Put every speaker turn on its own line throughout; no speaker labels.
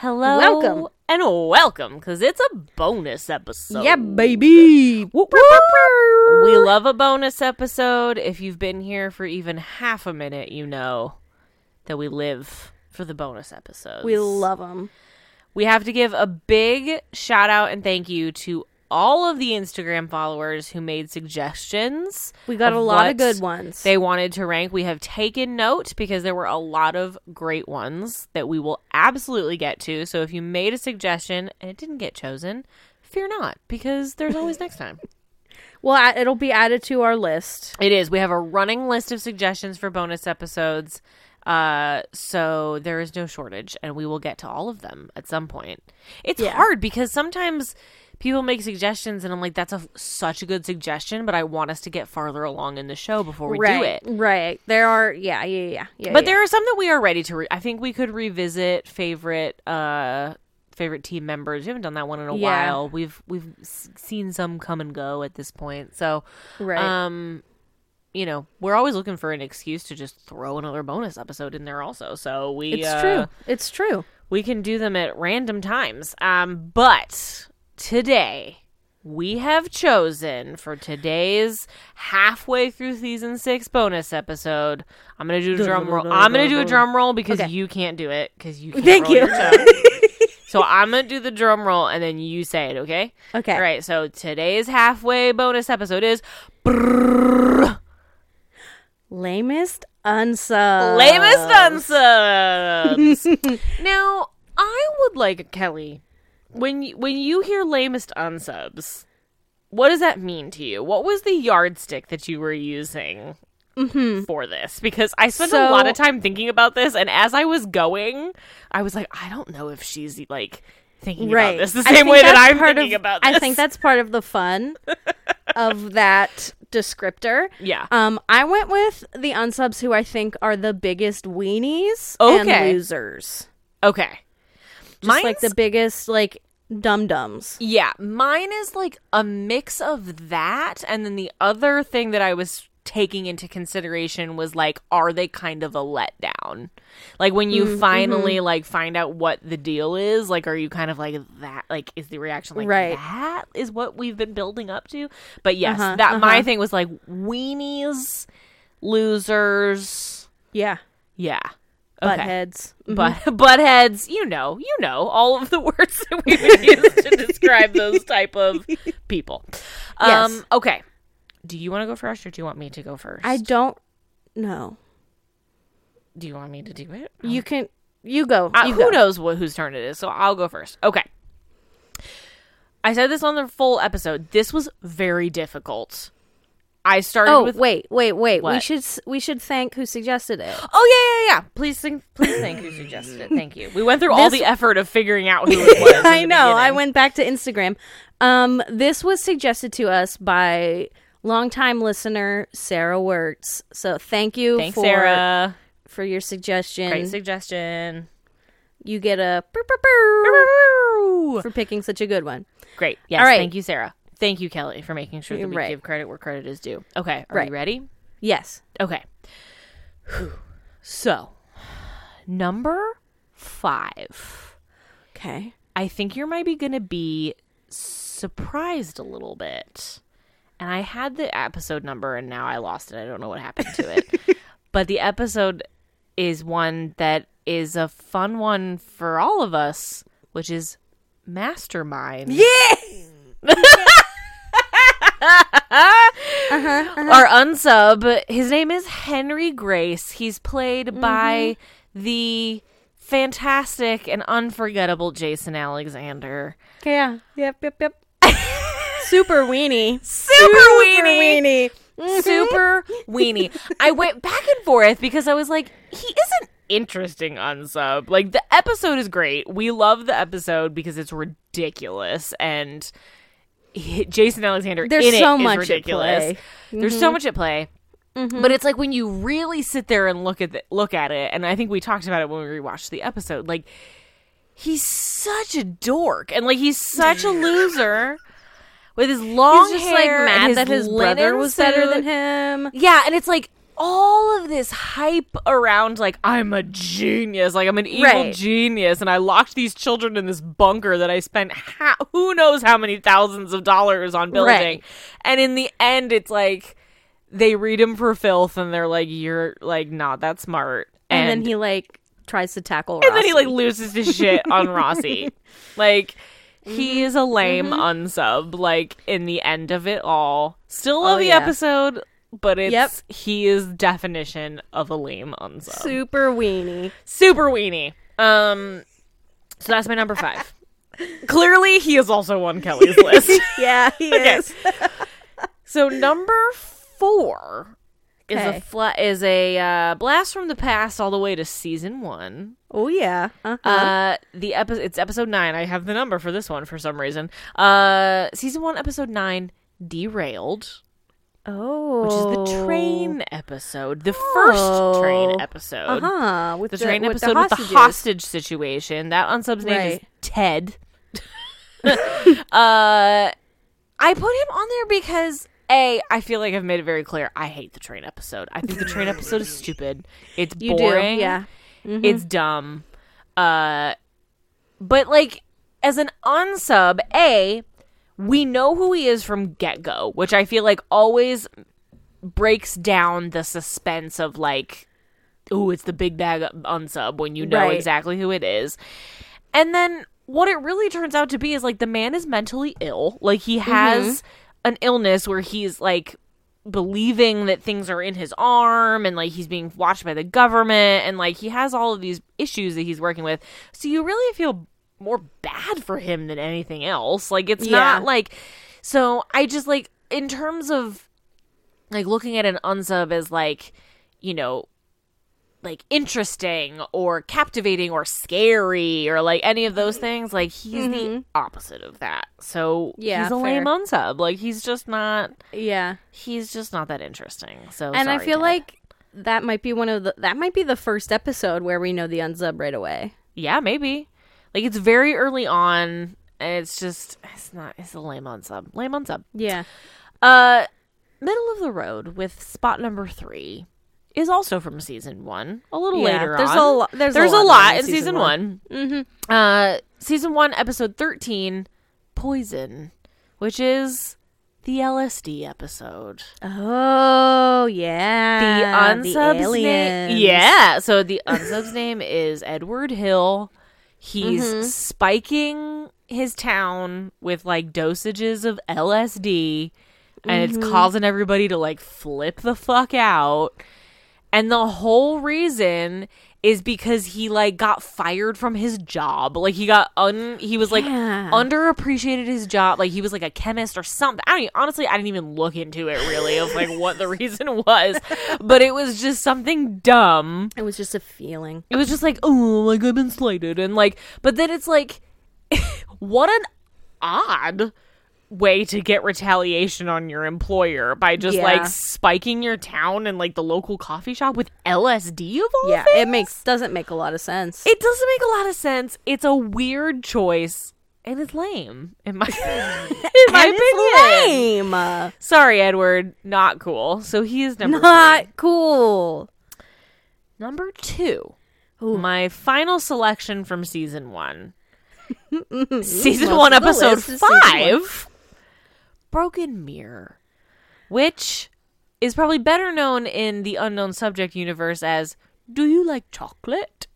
Hello.
Welcome.
And welcome, because it's a bonus episode.
yeah, baby. Whoop, whoop, whoop.
We love a bonus episode. If you've been here for even half a minute, you know that we live for the bonus episodes.
We love them.
We have to give a big shout out and thank you to all of the Instagram followers who made suggestions.
We got a
of
lot of
what
good ones.
They wanted to rank. We have taken note because there were a lot of great ones that we will absolutely get to. So if you made a suggestion and it didn't get chosen, fear not because there's always next time.
well, I- it'll be added to our list.
It is. We have a running list of suggestions for bonus episodes. Uh, so there is no shortage, and we will get to all of them at some point. It's
Yeah.
hard because sometimes people make suggestions, and I'm like, "That's a such a good suggestion," but I want us to get farther along in the show before we
right.
do it.
Right. There are, yeah, yeah, yeah. yeah
But
yeah.
there are some that we are ready to. Re- I think we could revisit favorite uh favorite team members. We haven't done that one in a
Yeah.
while. We've we've s- seen some come and go at this point. So
Right.
um you know, we're always looking for an excuse to just throw another bonus episode in there also. So we
It's
uh,
true. It's true.
we can do them at random times. Um, but today we have chosen for today's halfway through season six bonus episode. I'm gonna do a drum roll. I'm gonna do a drum roll because
Okay.
you can't do it because you can't
Thank
roll
you.
your tongue. so I'm gonna do the drum roll and then you say it. Okay.
Okay.
All right. So today's halfway bonus episode is
Lamest unsub. Uh,
lamest unsubs. now, I would like Kelly when you, when you hear lamest unsubs. What does that mean to you? What was the yardstick that you were using for this? Because I spent a lot of
Mm-hmm. So-
time thinking about this, and as I was going, I was like, I don't know if she's like thinking
Right.
about this the
I
same
think
way that
that's
I'm
part
thinking
of-
about this.
I think that's part of the fun of that descriptor.
yeah.
Um, I went with the unsubs who I think are the biggest weenies
Okay.
and losers.
okay.
Just like the biggest like dum dums.
Yeah, mine is like a mix of that and then the other thing that I was taking into consideration was like are they kind of a letdown? Like when you
Mm,
finally
mm-hmm.
like find out what the deal is, like are you kind of like that like is the reaction like
Right.
that is what we've been building up to? But yes,
Uh-huh,
that my
uh-huh.
thing was like weenies, losers.
Yeah,
Yeah.
butt heads.
But butt heads, you know, you know, all of the words that we would use to describe those type of people. Um
Yes.
okay. Do you want to go first or do you want me to go first?
Mm-hmm. I don't know.
do you want me to do it?
You can. You go.
Uh,
you
who
go.
knows what whose turn it is, so I'll go first. Okay. I said this on the full episode. This was very difficult. I started
Oh
with
wait, wait, wait. We
What?
should s- we should thank who suggested it.
Oh yeah, yeah, yeah. Please think please thank who suggested it. Thank you. We went through all
This-
the effort of figuring out who it was. in
I
the
know. I
beginning.
went back to Instagram. Um, this was suggested to us by longtime listener Sarah Wertz. So thank you
Thanks,
for
Sarah.
for your suggestion.
Great suggestion.
you get a brr, brr, brr for picking such a good one.
Great. Yes.
All right.
Thank you, Sarah. Thank you, Kelly, for making sure that we
Right.
give credit where credit is due. Okay. Are
Right.
you ready?
Yes.
Okay. Whew. So, number five.
Okay.
I think you're maybe going to be surprised a little bit. And I had the episode number and now I lost it. I don't know what happened to it. but the episode is one that is a fun one for all of us, which is Mastermind. Yeah. Our unsub, his name is Henry Grace. He's played by the fantastic and unforgettable Jason Alexander.
Okay. Yeah. Yep. Yep. Yep. Super weenie.
Super,
Super weenie. Mhm.
super weenie. I went back and forth because I was like, he isn't interesting unsub. Like the episode is great. We love the episode because it's ridiculous and he- Jason Alexander
There's
in it
so
is
much at
ridiculous.
play. Mm-hmm.
There's so much at play. But it's like when you really sit there and look at the, look at it, and I think we talked about it when we rewatched the episode. Like he's such a dork, and like he's such a loser with his long
He's just like
hair. and
mad
his
that his
linen
brother was better
suit.
than him.
Yeah, and it's like, all of this hype around like I'm a genius, like I'm an evil
Right.
genius, and I locked these children in this bunker that I spent ha- who knows how many thousands of dollars on building,
Right.
and in the end, it's like they read him for filth, and they're like, "You're like not that smart,"
and, then he like tries to tackle
and then he like loses his shit on Rossi, like.
Mm-hmm.
He is a lame unsub, like in the end of it all. Still love
Oh,
the
yeah.
episode, but it's he is definition of a lame unsub.
super weenie.
Super weenie. Um so that's my number five. Clearly he is also on Kelly's list.
Yeah, he is.
So number four is
Okay.
a fla- is a uh, blast from the past all the way to season one.
Oh yeah. Uh-huh.
Uh, the episode it's episode nine. I have the number for this one for some reason. Uh, season one, episode nine, derailed,
oh,
which is the train episode, the first train
Oh.
episode,
Uh-huh. With
the train
with
episode with the
hostages.
hostage situation. That unsub's name is
Right.
Ted. uh, I put him on there because. A, I feel like I've made it very clear. I hate the train episode. I think the train episode is stupid. It's
You
boring.
do. Yeah. Mm-hmm.
It's dumb. Uh but like as an unsub, A, we know who he is from get go, which I feel like always breaks down the suspense of like, ooh, it's the big bag unsub when you know
Right.
exactly who it is. And then what it really turns out to be is like the man is mentally ill. Like he has an illness where he's like believing that things are in his arm and like he's being watched by the government and like he has all of these issues that he's working with. So you really feel more bad for him than anything else. Like it's
Yeah.
not like so I just like in terms of like looking at an unsub as like, you know, like interesting or captivating or scary or like any of those things, like he's the opposite of that. So
Mm-hmm. Yeah,
he's a lame
fair.
unsub. Like he's just not
Yeah.
he's just not that interesting. So
and I
Oh, sorry,
feel
Ted.
like that might be one of the that might be the first episode where we know the unsub right away.
yeah, maybe like it's very early on. And it's just it's not it's a lame unsub. Lame unsub.
Yeah.
Uh, middle of the road with spot number three is also from season one. A little
Yeah,
later
there's
on,
a lo- there's a lot
in season, one. Mm-hmm. Uh, season one, episode thirteen, poison, which is the LSD episode.
Oh yeah.
The unsub's name,
aliens.
yeah. So the unsub's name is Edward Hill. He's
Mm-hmm.
spiking his town with like dosages of LSD, and it's causing everybody to like flip the fuck out. And the whole reason is because he like got fired from his job. Like he got un he was like
Yeah.
underappreciated his job. Like he was like a chemist or something. I don't e- honestly I didn't even look into it really of like what the reason was. But it was just something dumb.
It was just a feeling.
It was just like, oh like I've been slighted and like but then it's like what an odd way to get retaliation on your employer by just
Yeah.
like spiking your town and like the local coffee shop with LSD of all
Yeah,
things?
it makes doesn't make a lot of sense.
It doesn't make a lot of sense. It's a weird choice, and it's lame. In my, in my
And
opinion.
it's lame. Uh,
Sorry, Edward. Not cool. So he is number three.
Not cool.
Number two. My final selection from season one. season
Most
one,
of the
episode
list is season one.
five. Broken Mirror, which is probably better known in the unknown subject universe as Do You Like Chocolate?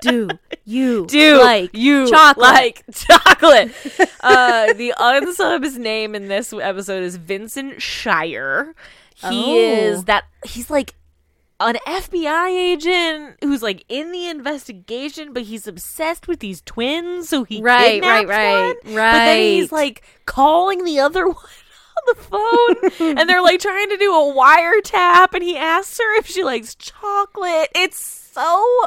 Do you
do
like
you
chocolate?
like chocolate? uh, the unsub's name in this episode is Vincent Shire. He
Oh.
is that he's like an FBI agent who's like in the investigation, but he's obsessed with these twins, so he
Right,
kidnaps
right, right,
one, But then he's
right.
like calling the other one. on The phone, and they're like trying to do a wiretap, and he asks her if she likes chocolate. It's so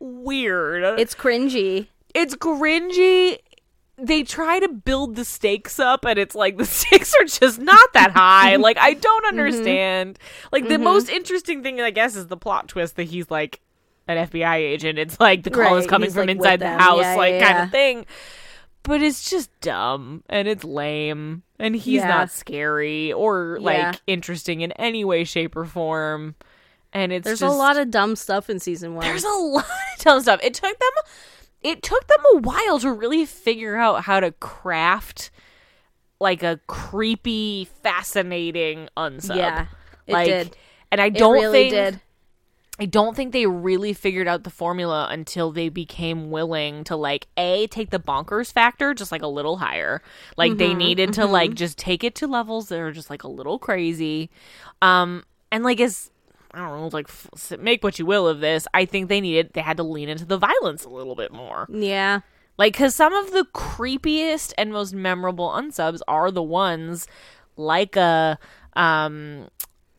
weird.
It's cringy.
It's cringy. They try to build the stakes up, and it's like the stakes are just not that high. like I don't
Mm-hmm.
understand. Like the most interesting thing, I guess, is the plot twist that he's like an FBI agent. It's like the call is
Right,
coming
he's,
from
like, with
inside the
them.
house,
Yeah,
like
yeah,
kind
yeah.
of thing. but it's just dumb and it's lame and he's
Yeah.
not scary or like
Yeah.
interesting in any way shape or form and it's
There's
just,
a lot of dumb stuff in season one.
there's a lot of dumb stuff it took them it took them a while to really figure out how to craft like a creepy fascinating unsub
yeah, it
like
did.
and i
It
don't think
really did.
I don't think they really figured out the formula until they became willing to like a take the bonkers factor just like a little higher. Like they needed to like just take it to levels that are just like a little crazy. Um and like as I don't know, like f- s- make what you will of this. I think they needed they had to lean into the violence a little bit more.
Yeah,
Like, because some of the creepiest and most memorable unsubs are the ones like a, um,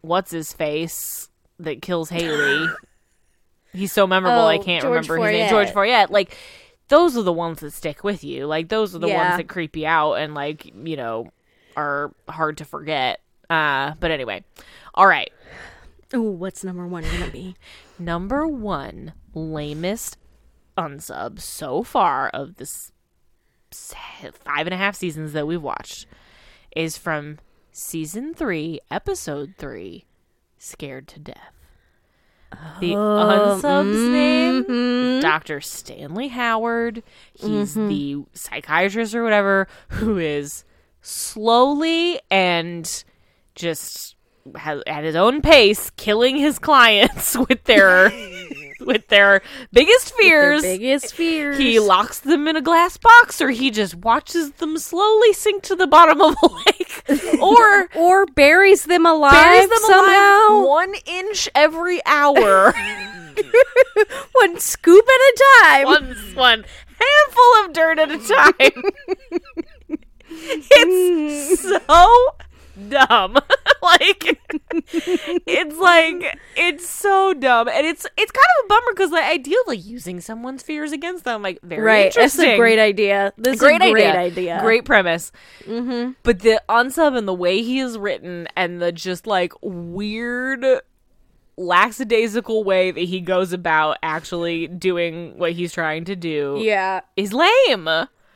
what's his face that kills Haley. He's so memorable, I
Oh,
can't
George
remember his name. George
Fourier.
Fourier. Like, those are the ones that stick with you. Like, those are the
Yeah.
ones that creep you out and, like, you know, are hard to forget. Uh, but anyway, all right.
Ooh, what's number one gonna be?
Number one lamest unsub so far of the s- se- five and a half seasons that we've watched is from season three, episode three, Scared to Death. The unsub's name, Dr. Stanley Howard. He's the psychiatrist or whatever who is slowly and just ha at his own pace killing his clients with their with their biggest
Their
fears.
biggest fears.
he locks them in a glass box or he just watches them slowly sink to the bottom of a lake or
or buries them alive
buries them
somehow.
alive one inch every hour
one scoop at a time.
one one handful of dirt at a time it's so dumb like it's like it's so dumb and it's it's kind of a bummer because the idea of like using someone's fears against them like very
right, that's
interesting
a great idea. This
great,
is a great
idea.
idea. Mm-hmm.
Great premise. But the unsub and the way he is written and the just like weird lackadaisical way that he goes about actually doing what he's trying to do
Yeah,
is lame.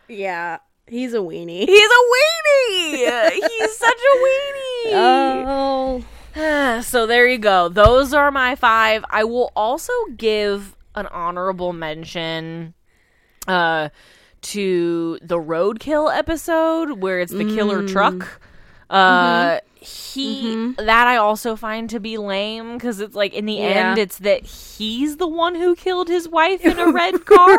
yeah. He's a weenie.
He's a weenie. he's such a weenie.
Oh,
so there you go. Those are my five. I will also give an honorable mention uh to the roadkill episode where it's the killer truck. Uh he that I also find to be lame because it's like in the
Yeah.
end it's that he's the one who killed his wife in a red car,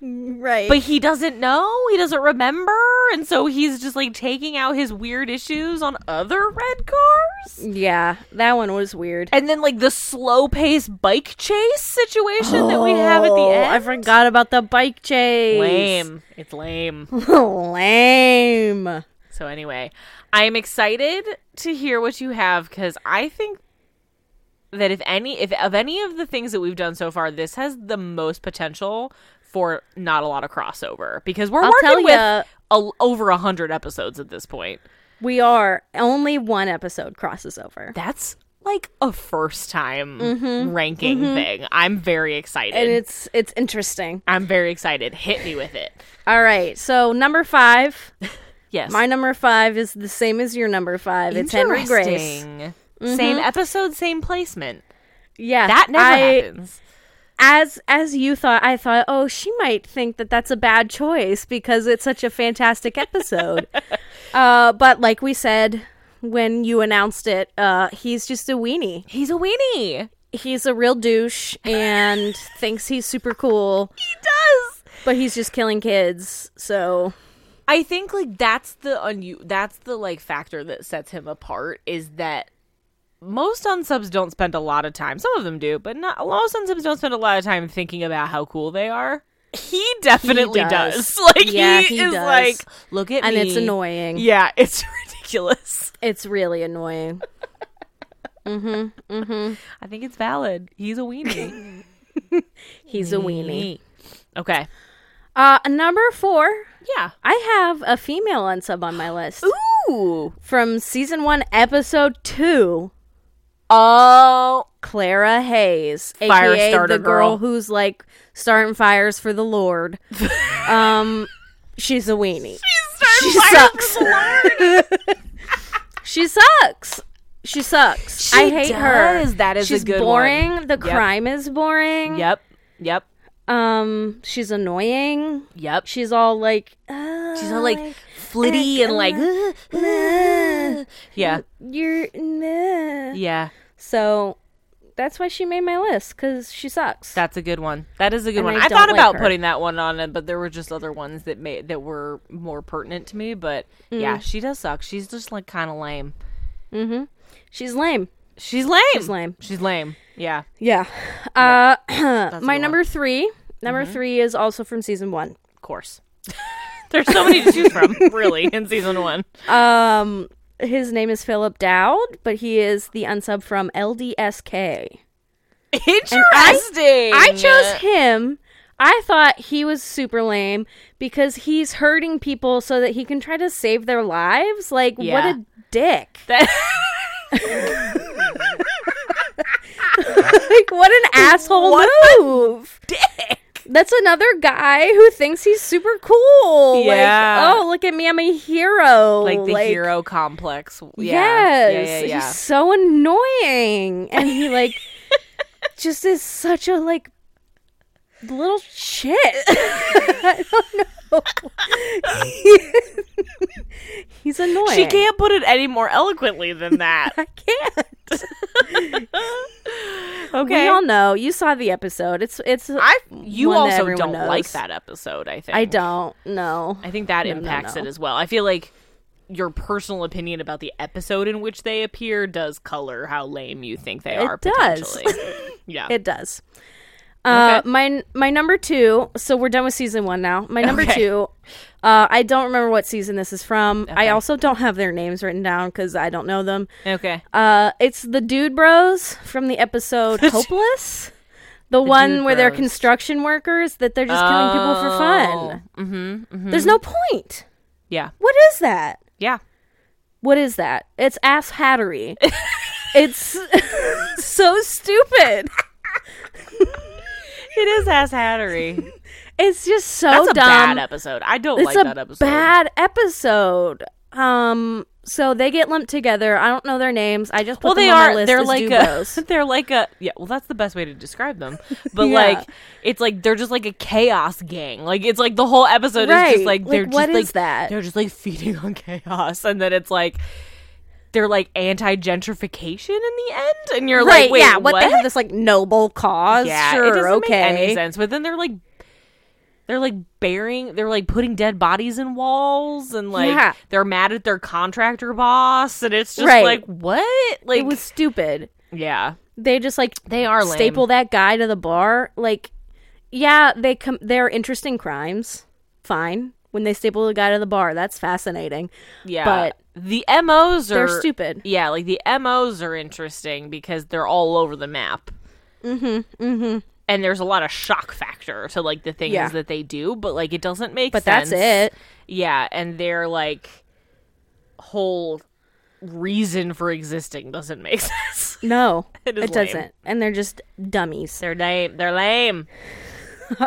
right.
but he doesn't know, he doesn't remember, and so he's just like taking out his weird issues on other red cars.
yeah, that one was weird.
And then like the slow paced bike chase situation that we have at the
Oh,
end.
I forgot about the bike chase.
Lame. It's lame.
Lame.
so anyway, I am excited to hear what you have because I think that if any if of any of the things that we've done so far, this has the most potential for not a lot of crossover because we're
I'll tell
working with
ya-
a, over a hundred episodes at this point.
We are only one episode crosses over.
That's like a first time ranking thing. I'm very excited.
Mm-hmm. And it's it's interesting.
I'm very excited. Hit me with it.
All right. So number 5,
Yes.
my number 5 is the same as your number 5. It's Henry Grace. Mm-hmm.
Interesting. Same episode, same placement.
Yeah.
That never
I,
happens.
As as you thought, I thought, "Oh, she might think that that's a bad choice because it's such a fantastic episode." uh, but like we said when you announced it, uh, he's just a weenie.
He's a weenie.
He's a real douche and thinks he's super cool.
He does.
But he's just killing kids, so
I think like that's the unu- that's the like factor that sets him apart is that most unsubs don't spend a lot of time. Some of them do, but not most unsubs don't spend a lot of time thinking about how cool they are. He definitely
does.
does. Like
Yeah,
he,
he
is
does.
like look at
and
me.
it's annoying.
Yeah, it's ridiculous.
It's really annoying.
I think it's valid. He's a weenie.
He's a weenie.
Okay.
Uh, number four,
Yeah.
I have a female unsub on my list
Ooh.
from season one, episode two.
Oh.
Clara Hayes,
Fire
aka
starter
the girl
girl.
who's like starting fires for the Lord. um, she's a weenie.
She
She sucks. she sucks. She sucks.
She
I hate her.
does. That is a
she's
good one.
boring. The crime is boring.
Yep. Yep.
Um, she's annoying.
Yep.
She's all like, uh,
She's all like flitty and like uh-huh. "Ah."
uh,
yeah.
you're meh.
Yeah.
So that's why she made my list because she sucks.
That's a good one. That is a good
And
one.
I
I,
don't
thought
like
about
her.
putting that one on it, but there were just other ones that made that were more pertinent to me. But
Mm.
yeah, she does suck. She's just like kind of lame.
she's lame.
She's lame.
She's lame.
She's lame. Hmm. Yeah.
Yeah. Uh,
a
my
good
number three. Number three is also from season one.
Of course. There's so many to choose from, really, in season one.
Um, his name is Philip Dowd, but he is the unsub from LDSK.
Interesting.
I chose him. I thought he was super lame because he's hurting people so that he can try to save their lives. Like,
Yeah.
what a dick.
That-
Like, what an asshole move.
dick.
That's another guy who thinks he's super cool.
Yeah.
Like, oh, look at me. I'm a hero.
Like the hero complex. Yeah.
Yes.
Yeah, yeah, yeah.
He's so annoying. And he, like, just is such a, like, little shit. I don't know. he's annoying.
She can't put it any more eloquently than that.
I can't.
okay.
We all know. You saw the episode. It's, it's,
I you
one that
also
everyone
don't like
knows.
that episode, I think.
I don't know.
I think that
No, no,
impacts
no.
it as well. I feel like your personal opinion about the episode in which they appear does color how lame you think they are
does.
potentially. yeah.
It does. Uh,
Okay.
my my number two. So we're done with season one now. My number
Okay.
two. Uh, I don't remember what season this is from. I also don't have their names written down because I don't know them.
okay.
Uh, it's the Dude Bros from the episode Hopeless, the, one
Dude
where they're
Bros.
construction workers that they're just killing people for fun.
Oh. Mm-hmm. hmm
There's no point.
Yeah.
What is that?
Yeah.
What is that? It's ass hattery. it's so stupid.
It is ass hattery.
It's just so
That's a
dumb.
bad episode. I don't like that episode.
bad episode. Um, so they get lumped together. I don't know their names. I just put
well,
them
they
on my
are.
list
They're
as
like
Dubos.
a. They're like a. Yeah. Well, that's the best way to describe them. But
Yeah.
like, it's like they're just like a chaos gang. Like it's like the whole episode is
Right.
just like
Like,
they're
what
just
is
like
that?
They're just like feeding on chaos, and then it's like they're like anti gentrification in the end, and you're
right?
like, wait,
yeah.
what?
They have this like noble cause.
yeah,
sure.
it doesn't
okay.
make any sense. But then they're like. They're like burying, they're like putting dead bodies in walls, and like
Yeah.
they're mad at their contractor boss, and it's just
Right.
like what? Like
It was stupid.
yeah,
They just like
they are lame.
staple that guy to the bar. Like, yeah, they com- they're interesting crimes. Fine. When they staple the guy to the bar, that's fascinating.
Yeah.
But
the MOs are
They're stupid.
Yeah, like the MOs are interesting because they're all over the map. Mm-hmm. Mm-hmm. And there's a lot of shock factor to like the things
mm-hmm. Yeah.
that they do, but like it doesn't make
But
sense.
that's it.
Yeah, and their like whole reason for existing doesn't make sense.
No,
It is
it
lame.
doesn't. And they're just dummies.
they're lame. They're lame.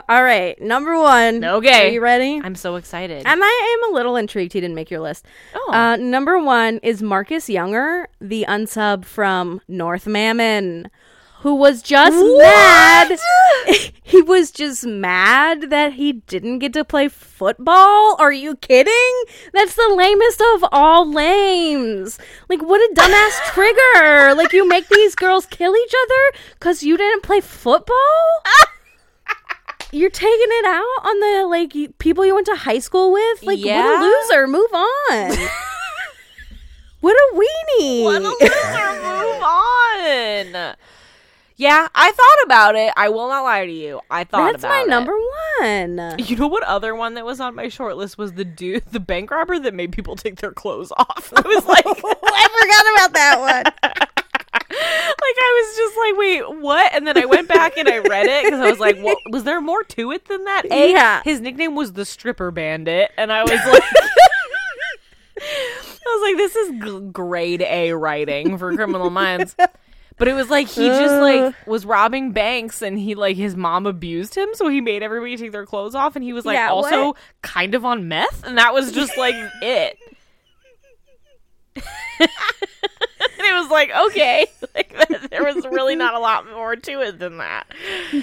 All right, number one.
Okay.
Are you ready?
I'm so excited.
And I am a little intrigued he didn't make your list.
oh.
Uh, number one is Marcus Younger, the unsub from North Mammon, who was just mad. he was just mad that he didn't get to play football. Are you kidding? That's the lamest of all lames. Like, what a dumbass trigger. Like, you make these girls kill each other because you didn't play football? You're taking it out on the like you, people you went to high school with. Like,
Yeah.
what a loser. Move on. What a weenie!
What a loser. Move on. Yeah, I thought about it. I will not lie to you. I thought
That's
about
my
it.
number one.
You know what other one that was on my short list was the dude, the bank robber that made people take their clothes off. I was like,
I forgot about that one.
like I was just like, wait, what? And then I went back and I read it because I was like, well, was there more to it than that? A,
Yeah.
his nickname was the stripper bandit, and I was like. I was like, this is g- grade A writing for Criminal Minds. But But it was like he just like was robbing banks and he like his mom abused him, so he made everybody take their clothes off and he was like
Yeah,
also
what?
kind of on meth and that was just like it. and it was like, okay. Like that, there was really not a lot more to it than that.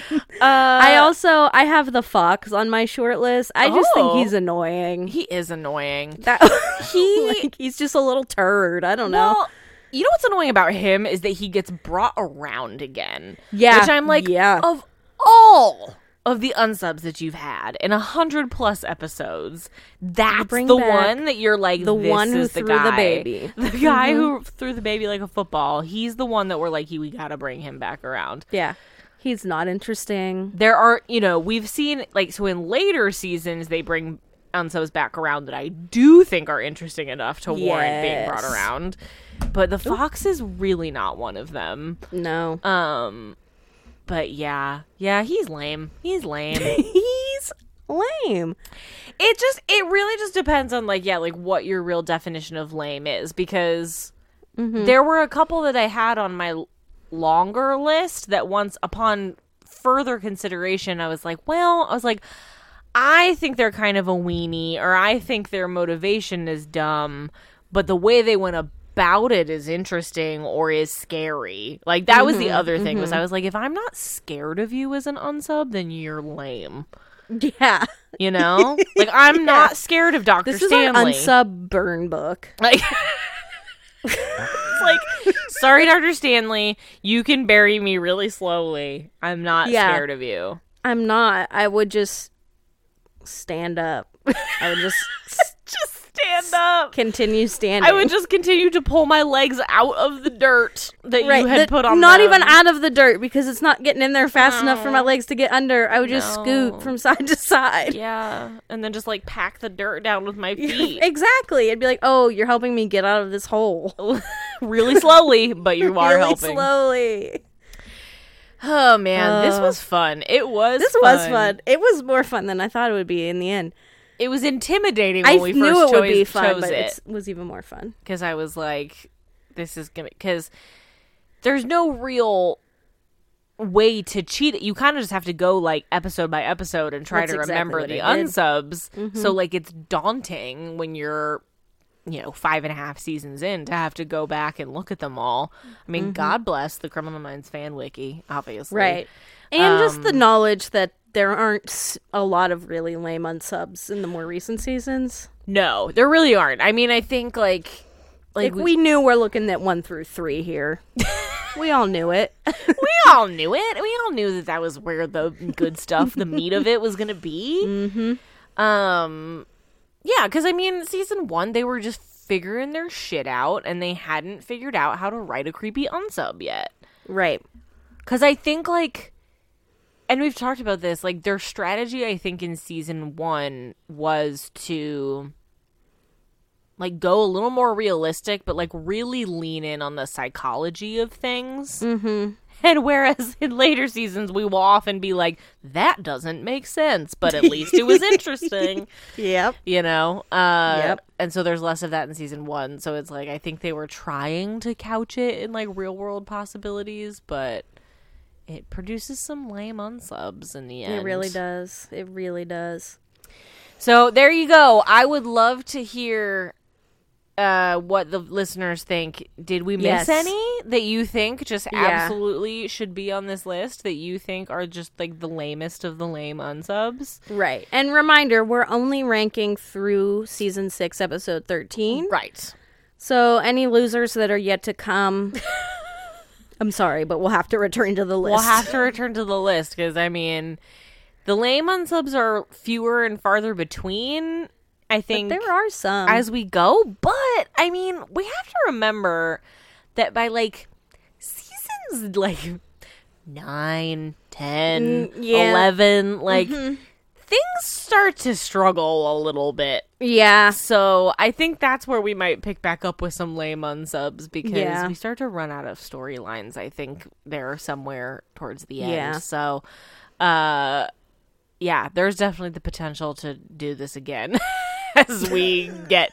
Uh,
I also I have the fox on my short list. I just
Oh.
think he's annoying.
he is annoying.
That
He-
like, he's just a little turd. I don't know.
Well, you know what's annoying about him is that he gets brought around again.
Yeah,
Which I'm like,
yeah.
of all of the unsubs that you've had in a hundred plus episodes, that's
bring
the
back
one that you're like,
the
this
one who
is the
threw the
guy.
baby. Mm-hmm.
The guy who threw the baby like a football. He's the one that we're like, he, we gotta bring him back around.
Yeah. He's not interesting.
There are, you know, we've seen like so in later seasons they bring unsubs back around that I do think are interesting enough to warrant being brought
Yes.
around. But the fox is really not one of them.
No.
Um but yeah. Yeah, he's lame. He's lame.
he's lame.
it just it really just depends on like yeah like what your real definition of lame is because there were a couple that i had on my l- longer list that once upon further consideration i was like well i was like i think they're kind of a weenie or i think their motivation is dumb but the way they went about it is interesting or is scary like that was the other thing was i was like if i'm not scared of you as an unsub then you're lame
Yeah.
you know, like I'm not scared of Doctor
This is
Stanley.
an unsub burn book.
like, it's like, sorry, Doctor Stanley, you can bury me really slowly. I'm not
Yeah.
scared of you.
I'm not. I would just stand up. I would just s-
Just stand up.
continue standing.
I would just continue to pull my legs out of the dirt that you had
that-
put on. um,
not
them.
even out of the dirt because it's not getting in there fast enough for my legs to get under. I would just
No.
scoot from side to side.
Yeah, and then just like pack the dirt down with my feet,
exactly. I'd be like, "Oh, you're helping me get out of this hole."
really slowly, but you are
really
helping.
slowly.
Oh man, this
Uh,
was fun. It was.
This was fun. It was more fun than I thought it would be in the end.
It was intimidating
I
when we
knew
first
it would
chose-
be fun,
chose
but
it.
it was even more fun.
because I was like, this is gonna because there's no real way to cheat it. You kind of just have to go like episode by episode and try
That's
to
exactly
remember
what
the
I did. Mm-hmm.
unsubs. So like it's daunting when you're you know five and a half seasons in to have to go back and look at them all. I mean, God bless the Criminal Minds fan wiki, obviously.
Mm-hmm. Right. And just the knowledge that there aren't s- a lot of really lame unsubs in the more recent seasons.
No, there really aren't. I mean, I think like like
Like, we, knew we're looking at one through three here. we all knew it.
we all knew it. We all knew that that was where the good stuff, the meat of it, was going to be. Mm-hmm. Um, yeah, because I mean, season one, they were just figuring their shit out, and they hadn't figured out how to write a creepy unsub yet.
right.
Because I think like, and we've talked about this. Like their strategy, I think in season one was to like go a little more realistic, but like really lean in on the psychology of things. Mm-hmm. And whereas in later seasons we will often be like, that doesn't make sense, but at least it was interesting
Yep.
you know uh
Yep.
and so there's less of that in season one so it's like i think they were trying to couch it in like real world possibilities but it produces some lame unsubs in the end
It really does. It really does.
so there you go i would love to hear uh what the listeners think did we miss
Yes.
any that you think just
Yeah.
absolutely should be on this list that you think are just like the lamest of the lame unsubs
Right. And reminder, we're only ranking through season 6 episode 13.
right
So any losers that are yet to come I'm sorry, but we'll have to return to the list.
We'll have to return to the list because I mean, the lame unsubs are fewer and farther between. I think
there are some.
as we go, but I mean, we have to remember that by like seasons like nine, ten, eleven,
Mm, yeah. Mm-hmm.
like things start to struggle a little bit.
yeah.
So I think that's where we might pick back up with some lame unsubs because
Yeah.
we start to run out of storylines. I think there somewhere towards the end.
Yeah.
So, uh, yeah, there's definitely the potential to do this again as we get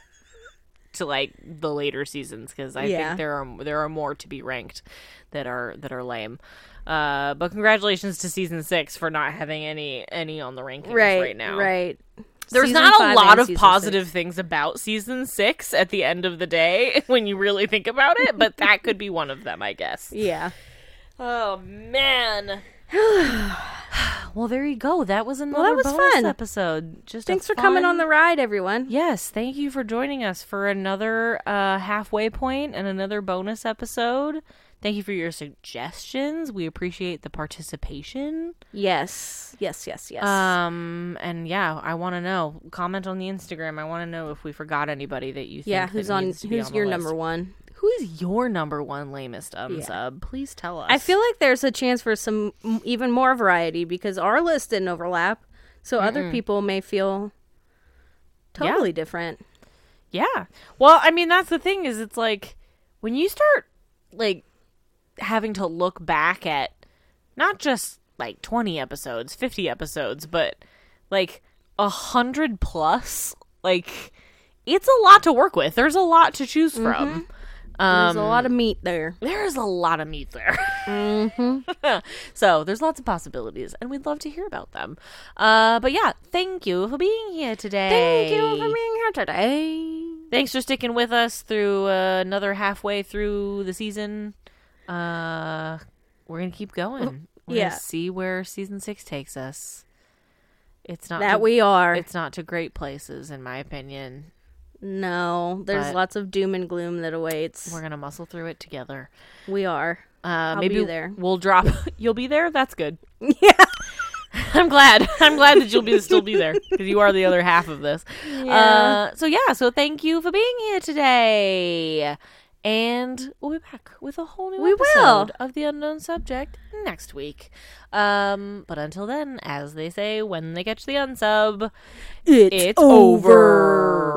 to like the later seasons because I
Yeah.
think there are there are more to be ranked that are that are lame. Uh, but congratulations to season six for not having any any on the rankings right, now.
Right.
There's
Season
not a
five
lot
and
of
season
positive things about season six at the end of the day when you really think about it, but that could be one of them, I guess.
six. Yeah.
Oh man. well, there you go. That was another
that was
bonus
fun.
episode. Just a
Thanks for coming
fun-
on the ride, everyone.
Yes, thank you for joining us for another uh, halfway point and another bonus episode. Thank you for your suggestions. We appreciate the participation.
Yes. Yes. Yes. Yes.
Um, and yeah, I want to know. Comment on the Instagram. I want to know if we forgot anybody that you. Think
yeah.
that
Who's on?
needs to be
Who's
on the
your
list.
number one?
Who is your number one lamest um sub? Please tell us.
I feel like there's a chance for some m- even more variety because our list didn't overlap, so other people may feel
Yeah.
totally different.
Yeah. Well, I mean, that's the thing is it's like when you start like having to look back at not just like 20 episodes, 50 episodes, but like a 100 plus, like it's a lot to work with. There's a lot to choose
Mm-hmm.
from.
there's a lot of meat there.
There is a lot of meat there.
Mm-hmm.
so there's lots of possibilities, and we'd love to hear about them. Uh, but yeah, thank you for being here today.
Thank you for being here today.
Thanks for sticking with us through uh, another halfway through the season. Uh, we're gonna keep going. We're
Mm-hmm. yeah.
gonna see where season six takes us. It's not
That
to,
we are.
It's not to great places, in my opinion.
No, there's
But-
lots of doom and gloom that awaits.
We're gonna muscle through it together.
we are.
Uh,
I'll
maybe
be there.
we'll drop. You'll be there. That's good.
Yeah.
I'm glad. I'm glad that you'll be still be there because you are the other half of this.
Yeah.
Uh, so yeah. So thank you for being here today, and we'll be back with a whole new
We will.
episode of the unknown subject next week. Um, but until then, as they say, when they catch the unsub,
It's,
it's over.